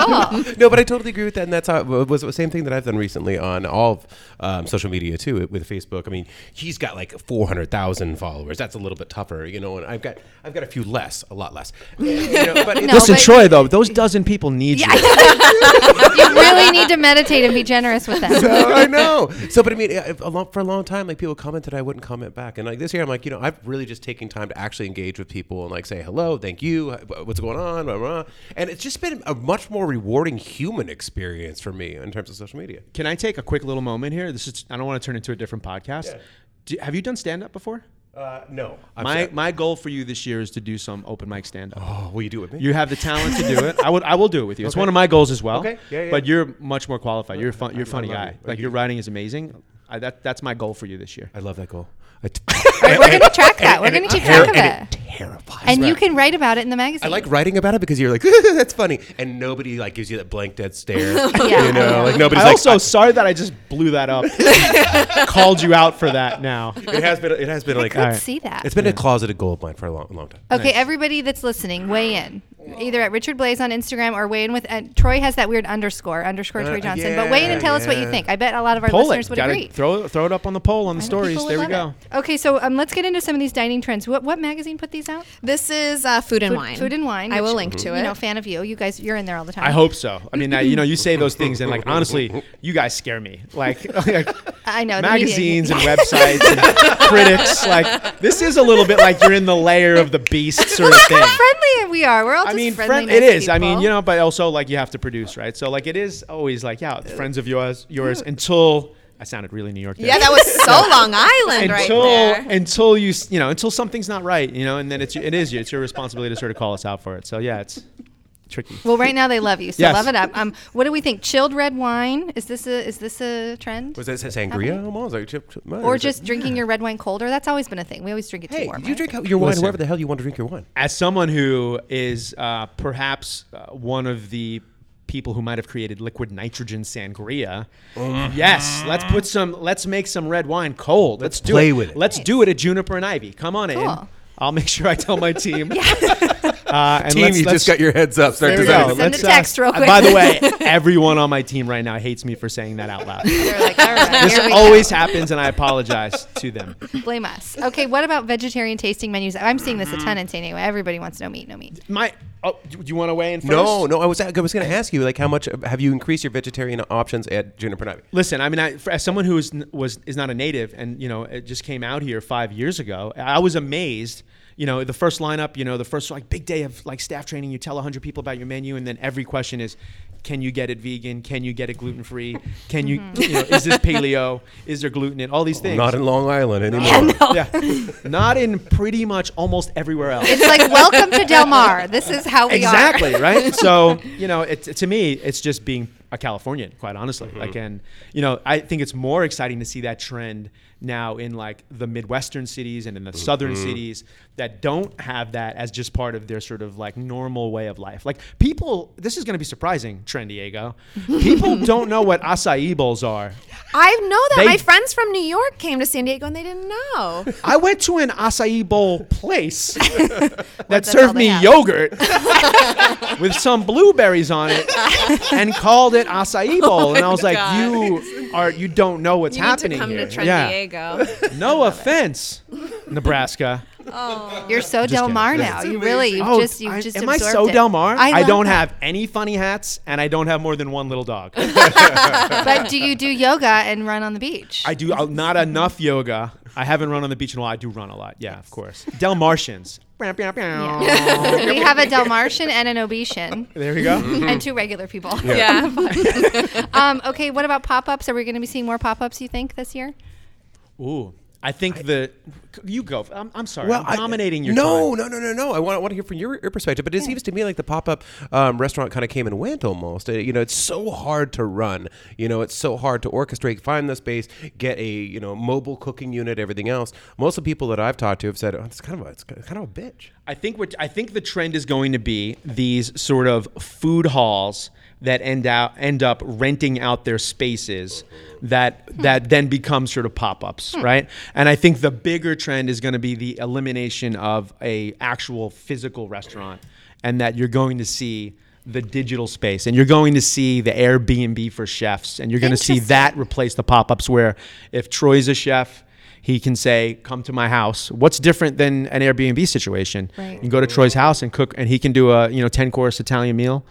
cool. No, but I totally agree with that, and that's how it was the same thing that I've done recently on all of um, social media too with Facebook. I mean, he's got like four hundred thousand followers. That's a little bit tougher, you know. And I've got I've got a few less, a lot less. You know, but it's- No, Listen, but- Troy, though, those dozen people need you. you really need to meditate and be generous with them. so I know. So, but I mean, I- a lot, for a long time, like people commented, I wouldn't comment back, and like this year, I'm like, you know, I've really just taken time to actually engage with people and like say hello, thank you, wh- what's going on, blah, blah. blah. and it's just been a much more rewarding human experience for me in terms of social media. Can I take a quick little moment here? This is I don't want to turn into a different podcast. Do, have you done stand up before? Uh, no, I'm my sorry. my goal for you this year is to do some open mic stand up. oh, will you do it with me? You have the talent to do it. I would. I will do it with you. It's one of my goals as well. Okay. Yeah, yeah, But yeah. you're much more qualified. You're a fun. You're a funny love guy. you. Like You- your writing is amazing. I, that that's my goal for you this year. I love that goal. I t- we're going to track that. We're going to keep track of and it. terrifies And me. you can write about it in the magazine. I like writing about it because you're like, that's funny, and nobody like gives you that blank dead stare. You know, like nobody's I like. also sorry that I just blew that up. Called you out for that now. it has been. It has been like. could All right. see that. It's been a closeted goal of mine for a long, long time. Okay, everybody that's listening, weigh in. Either at Richard Blaze on Instagram or weigh in with and Troy has that weird underscore underscore Uh, Troy Johnson. yeah, but weigh in and tell us what you yeah. think. I bet a lot of our Poll listeners it. would Gotta agree. throw throw it up on the poll on the I think stories. people There we would go. love it. Okay, so um, let's get into some of these dining trends. What what magazine put these out? This is uh, food and Food, wine. Food and wine. I will which, link to You know, it. fan of you. You guys, you're in there all the time. I hope so. I mean, I, you know, you say those things, and like honestly, you guys scare me. Like, like I know the media- magazines and websites and critics. Like, this is a little bit like you're in the layer of the beast sort of thing. How friendly we are. We're all I just mean, friendly. friend, nice it is. I mean, people. you know, but also like you have to produce, right? So like it is always like yeah, friends of yours, yours until I sounded really New York. There. Yeah, that was so Long Island right until there. until you s- you know until something's not right, you know, and then it's it is you. It's your responsibility to sort of call us out for it. So yeah, it's tricky. Well, right now they love you, so Yes. love it up. Um, what do we think? Chilled red wine is this a is this a trend? Was that sangria? Almost like chip, chip, or just drinking your red wine colder? That's always been a thing. We always drink it too Hey, warm. you right? drink your wine Listen. wherever the hell you want to drink your wine. As someone who is uh, perhaps uh, one of the people who might have created liquid nitrogen sangria, Mm-hmm. yes, let's put some. Let's make some red wine cold. Let's, do play it. with it. Let's do it at Juniper and Ivy. Come on in. Cool. I'll make sure I tell my team. uh, and let's- let's- your heads up. Start There we designing go. uh, it. Send a text real quick. By the way, everyone on my team right now hates me for saying that out loud. They're like, all right, This here we always happens, and I apologize to them. go. blame us. Okay, what about vegetarian tasting menus? I'm seeing this a ton in San Diego. Everybody wants no meat, no meat. My, oh, do you want to weigh in first? No, no. I was I was going to ask you like how much have you increased your vegetarian options at Juniper and Ivy? Listen, I mean, I, for, as someone who is, n- was is not a native, and you know, it just came out here five years ago, I was amazed. You know, the first lineup, you know, the first like big day of like staff training, you tell hundred people about your menu, and then every question is, can you get it vegan? Can you get it gluten free? Can you, you know, is this paleo? Is there gluten in all these things? Oh, Not in Long Island anymore. yeah, not in pretty much almost everywhere else. It's like welcome to Del Mar. This is how we are. exactly right so you know it, to me it's just being a californian quite honestly like and you know i think it's more exciting to see that trend now in like the midwestern cities and in the southern cities that don't have that as just part of their sort of like normal way of life like people this is going to be surprising trend diego people don't know what acai bowls are I know that They- my friends from New York came to San Diego and they didn't know. I went to an acai bowl place that all served they me have. yogurt with some blueberries on it and called it acai bowl. and I was like, Oh God. you are you don't know what's You need to happening come here. to San Diego. No offense, Nebraska. You're so Del kidding. Mar now. You really, you've Oh, just, you've I- just. am I absorbed so it. Del Mar? I, love don't that. have any funny hats, and I don't have more than one little dog. But do you do yoga and run on the beach? I do uh, not enough yoga. I haven't run on the beach in a while. I do run a lot. Yeah, of course. Del Martians. Yeah. we have a Del Martian and an Obetian. There we Mm-hmm. go. and two regular people. Yeah. um, okay, what about pop ups? Are we going to be seeing more pop ups, you think, this year? Ooh, I think the you go. I'm, I'm sorry, Well, I'm dominating your no, time. No, no, no, no. I want, I want to hear from your, your perspective, but it seems to me like the pop up um, restaurant kind of came and went almost. Uh, you know, it's so hard to run. You know, it's so hard to orchestrate, find the space, get a you know mobile cooking unit, everything else. Most of the people that I've talked to have said, oh, it's kind of a, it's kind of a bitch. I think what I think the trend is going to be these sort of food halls that end out end up renting out their spaces that that then become sort of pop-ups, right? And I think the bigger trend is going to be the elimination of a actual physical restaurant and that you're going to see the digital space and you're going to see the Airbnb for chefs and you're going to see that replace the pop-ups where if Troy's a chef he can say, "Come to my house." What's different than an Airbnb situation? Right. You can go to Troy's house and cook, and he can do a you know ten course Italian meal.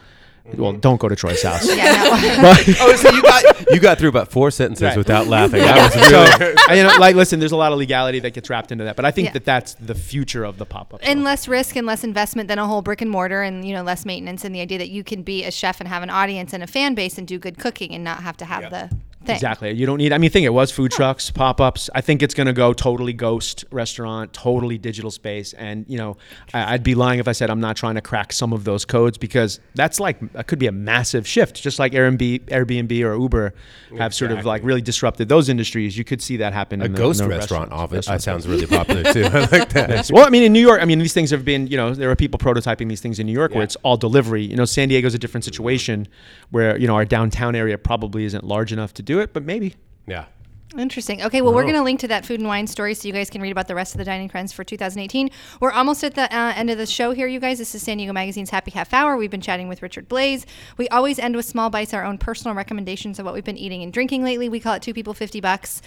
Well, don't go to Troy's house. Yeah, oh, so you got you got through about four sentences Right. without laughing. That That was was- so, you know, like, listen, there's a lot of legality that gets wrapped into that, but I think Yeah. that that's the future of the pop up. and less risk and less investment than a whole brick and mortar and you know less maintenance and the idea that you can be a chef and have an audience and a fan base and do good cooking and not have to have the thing. Exactly. You don't need. I mean, think it was food trucks, pop ups. I think it's going to go totally ghost restaurant, totally digital space. And you know, I, I'd be lying if I said I'm not trying to crack some of those codes because that's like that could be a massive shift. Just like Airbnb, Airbnb or Uber have sort of like really disrupted those industries. You could see that happen. A in the, ghost in the restaurant office restaurant that sounds really popular too. I like that. Yes. Well, I mean, in New York, I mean, these things have been, you know, there are people prototyping these things in New York Yeah. where it's all delivery. You know, San Diego's a different situation where, you know, our downtown area probably isn't large enough to do it, but maybe. Yeah. Interesting. Okay, well, we're Oh. going to link to that food and wine story so you guys can read about the rest of the dining trends for 2018. We're almost at the uh, end of the show here, you guys. This is San Diego Magazine's Happy Half Hour. We've been chatting with Richard Blaze. We always end with small bites, our own personal recommendations of what we've been eating and drinking lately. We call it Two People 50 Bucks.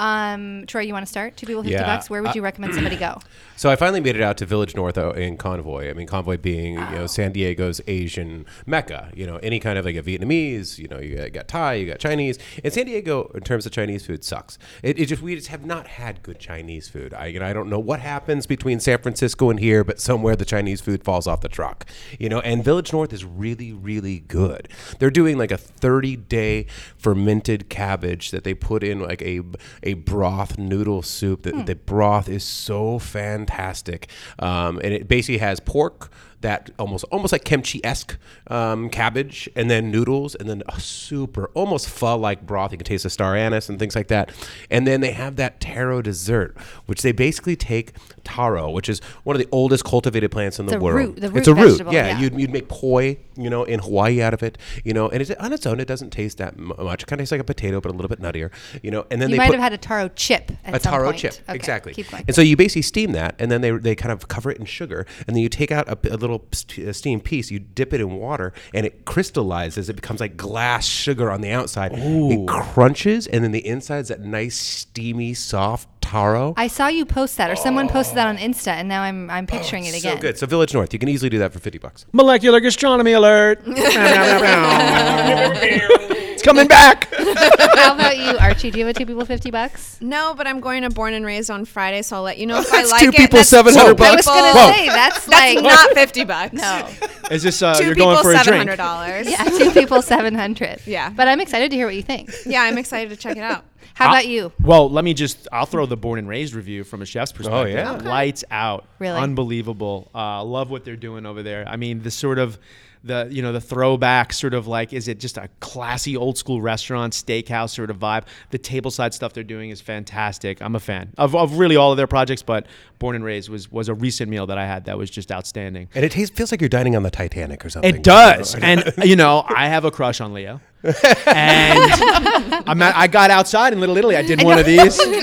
Um, Troy, you want to start? Two People 50 Yeah, Uh, Bucks. Where would you recommend somebody go? So I finally made it out to Village North uh, in Convoy. I mean, Convoy being you know San Diego's Asian mecca. You know, any kind of like a Vietnamese. You know, you got Thai, you got Chinese. And San Diego, in terms of Chinese food, sucks. It, it just we just have not had good Chinese food. I you know, I don't know what happens between San Francisco and here, but somewhere the Chinese food falls off the truck. You know, and Village North is really really good. They're doing like a 30 day fermented cabbage that they put in like a a broth noodle soup. Hmm. That the broth is so fantastic, um, and it basically has pork that almost almost like kimchi esque um, cabbage, and then noodles, and then a super almost pho like broth. You can taste the star anise and things like that, and then they have that taro dessert, which they basically take taro, which is one of the oldest cultivated plants in the, The world. root- the it's a root root, vegetable, yeah. yeah. You'd, you'd make poi, you know, in Hawaii out of it, you know, and it's, on its own, it doesn't taste that mu- much. Kind of tastes like a potato, but a little bit nuttier, you know. And then You they might put, have had a taro chip at a some taro point. chip, Okay, exactly. Keep going. And so you basically steam that, and then they, they kind of cover it in sugar, and then you take out a, p- a little st- uh, steam piece, you dip it in water, and it crystallizes. It becomes like glass sugar on the outside. It crunches, and then the inside's that nice steamy, soft taro. I saw you post that, or someone posted that on Insta, and now I'm I'm picturing it again. Oh. So good. So Village North, you can easily do that for fifty bucks. Molecular gastronomy alert. it's coming back. How about you, Archie? Do you have a two people fifty bucks? No, but I'm going to Born and Raised on Friday, so I'll let you know if I That's like two it. people, That's 700 two bucks. I was gonna people. say that's That's like not 50 bucks. No. Is this, uh, 2 you're people going for a drink? $700. yeah, two people seven hundred. Yeah. but I'm excited to hear what you think. yeah, I'm excited to check it out. How about you? Well, let me just, I'll throw the born and raised review from a chef's perspective. yeah. Okay. Lights out. Really? Unbelievable. Uh, love what they're doing over there. I mean, the sort of, the you know the throwback sort of like is it just a classy old school restaurant steakhouse sort of vibe the tableside stuff they're doing is fantastic i'm a fan of, of really all of their projects but born and raised was was a recent meal that i had that was just outstanding And it tastes, feels like you're dining on the Titanic or something. It does, and uh, you know, I have a crush on Leo. and I'm at, I got outside in Little Italy. I did one of these. Damn it,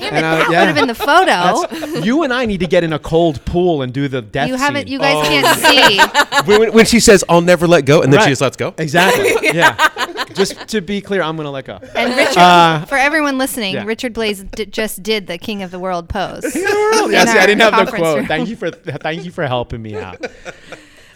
And, uh, that yeah. would have been the photo. That's- you and I need to get in a cold pool and do the death. You haven't. Oh, scene. You guys can't Oh. see. when, when- when she says, "I'll never let go," and then Right. she just lets go. exactly. Yeah. Just to be clear, I'm gonna let go. And Richard, Uh, for everyone listening, yeah. Richard Blaze d- just did the King of the World pose. yeah, In see, our I didn't have the conference quote. room. Thank you for thank you for helping me out.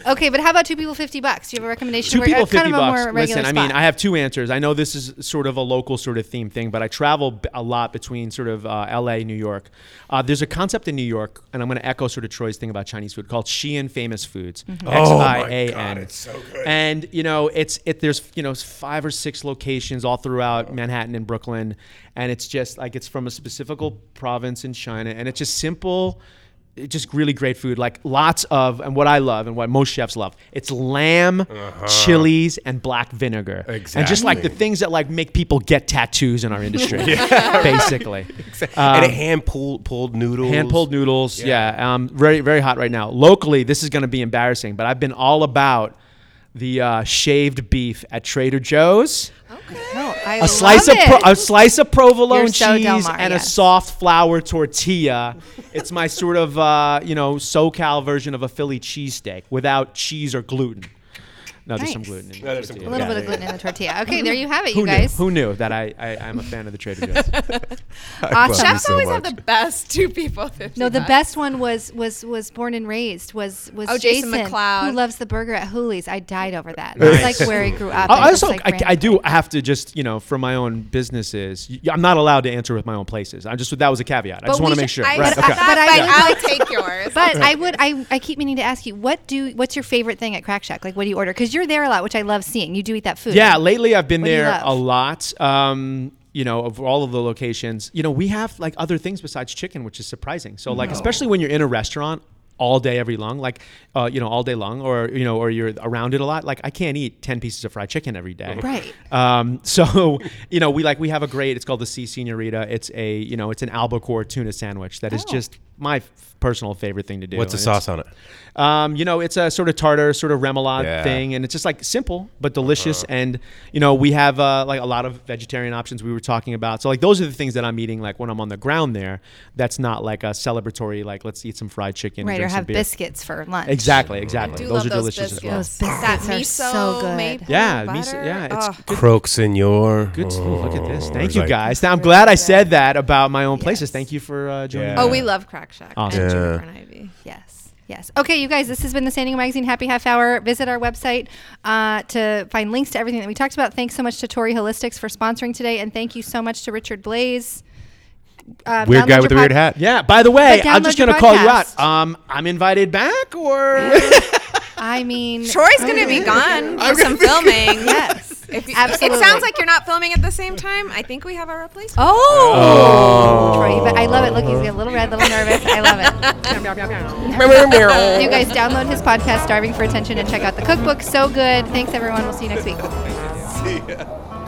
Okay, but how about two people fifty bucks? Do you have a recommendation? Two We're people, kind fifty of a bucks. more regular Listen, I mean, spot. I have two answers. I know this is sort of a local sort of theme thing, but I travel b- a lot between sort of uh, L.A., New York. Uh, there's a concept in New York, and I'm going to echo sort of Troy's thing about Chinese food called Xi'an Famous Foods. Mm-hmm. Oh my X-I-A-N. God, it's so good. And you know, it's it. There's you know five or six locations all throughout Manhattan and Brooklyn, and it's just like it's from a specific province in China, and it's just simple. it- Just really great food, like lots of, and what I love and what most chefs love, it's lamb, chilies, and black vinegar, and just like the Exactly. things that like make people get tattoos in our industry, basically. and a hand pulled pulled noodles. um, Hand pulled noodles. Yeah. Um, very, very hot right now. Locally, this is going to be embarrassing, but I've been all about the uh, shaved beef at Trader Joe's. No, Oh, I A slice of love pro- it. a slice of provolone You're so Del cheese Mar, and a yes. soft flour tortilla. it's my sort of uh, you know SoCal version of a Philly cheesesteak without cheese or gluten. No, there's some Nice. gluten. In No, there's some a tortilla. little Yeah. bit of gluten in the tortilla. Okay, there you have it, Who you guys. knew? Who knew that I, I I'm a fan of the Trader Joe's? love Awesome. you Chefs so always much. have the best two people 50 No, the bucks. best one was was was born and raised was was Oh, Jason McCloud. who loves the burger at Hooley's. I died over that. Nice. That's like where I grew up. I It was, Oh, also, like, I, random. I do have to just, you know, for my own businesses, y- I'm not allowed to answer with my own places. I just that was a caveat. I just we want to should- make sure. I, right. but, okay. But I would I, like- will take yours. But I would I, I keep meaning to ask you what do what's your favorite thing at Crack Shack? Like what do you order? Because you're there a lot, which I love seeing. You do eat that food. Yeah, lately I've been What do you there a love? lot. Um, you know, of all of the locations, you know, we have like other things besides chicken, which is surprising. So, like, especially when you're in a restaurant all day, every long, like, uh, you know, all day long, or you know, or you're around it a lot. Like, I can't eat ten pieces of fried chicken every day. Right. Um, so, you know, we like we have a great. It's called the Sea Senorita. It's a you know, it's an albacore tuna sandwich that is Oh. just my f- personal favorite thing to do. What's the And it's- sauce on it? um, you know, it's a sort of tartar, sort of remoulade Yeah. Uh-huh. thing, and it's just like simple but delicious. And you know, we have uh, like a lot of vegetarian options we were talking about. So like those are the things that I'm eating like when I'm on the ground there. That's not like a celebratory like let's eat some fried chicken, and Right, or drink some have beer. biscuits for lunch. Exactly, exactly. do love Those are those delicious as well. biscuits. That Those biscuits are miso, so good. maple Yeah, miso- butter. Oh. yeah, it's Ugh. Croaks in your. Good stuff. Look at this. Oh, Thank it's you like- guys. Now, I'm glad I said that about my own Yes. places. Thank you for uh, joining. Yeah. me. Oh, we love Crack Shack Awesome. Yeah. and Juniper and Ivy. Yes. Yes. Okay, you guys, this has been the San Diego Magazine Happy Half Hour. Visit our website uh, to find links to everything that we talked about. Thanks so much to Tori Holistics for sponsoring today, and thank you so much to Richard Blaze. Uh, Weird download guy your with a pod- weird hat. Yeah. By the way, But I'm just download your gonna call you podcast. out. Um, I'm invited back, or I mean, Troy's gonna be gone for some filming. Yes. If you- Absolutely. It sounds like you're not filming at the same time. I think we have our replacement. Oh, Troy, but I love it. Look, he's a little red, a little nervous. I love it. you guys download his podcast, Starving for Attention, and check out the cookbook. So good. Thanks, everyone. We'll see you next week.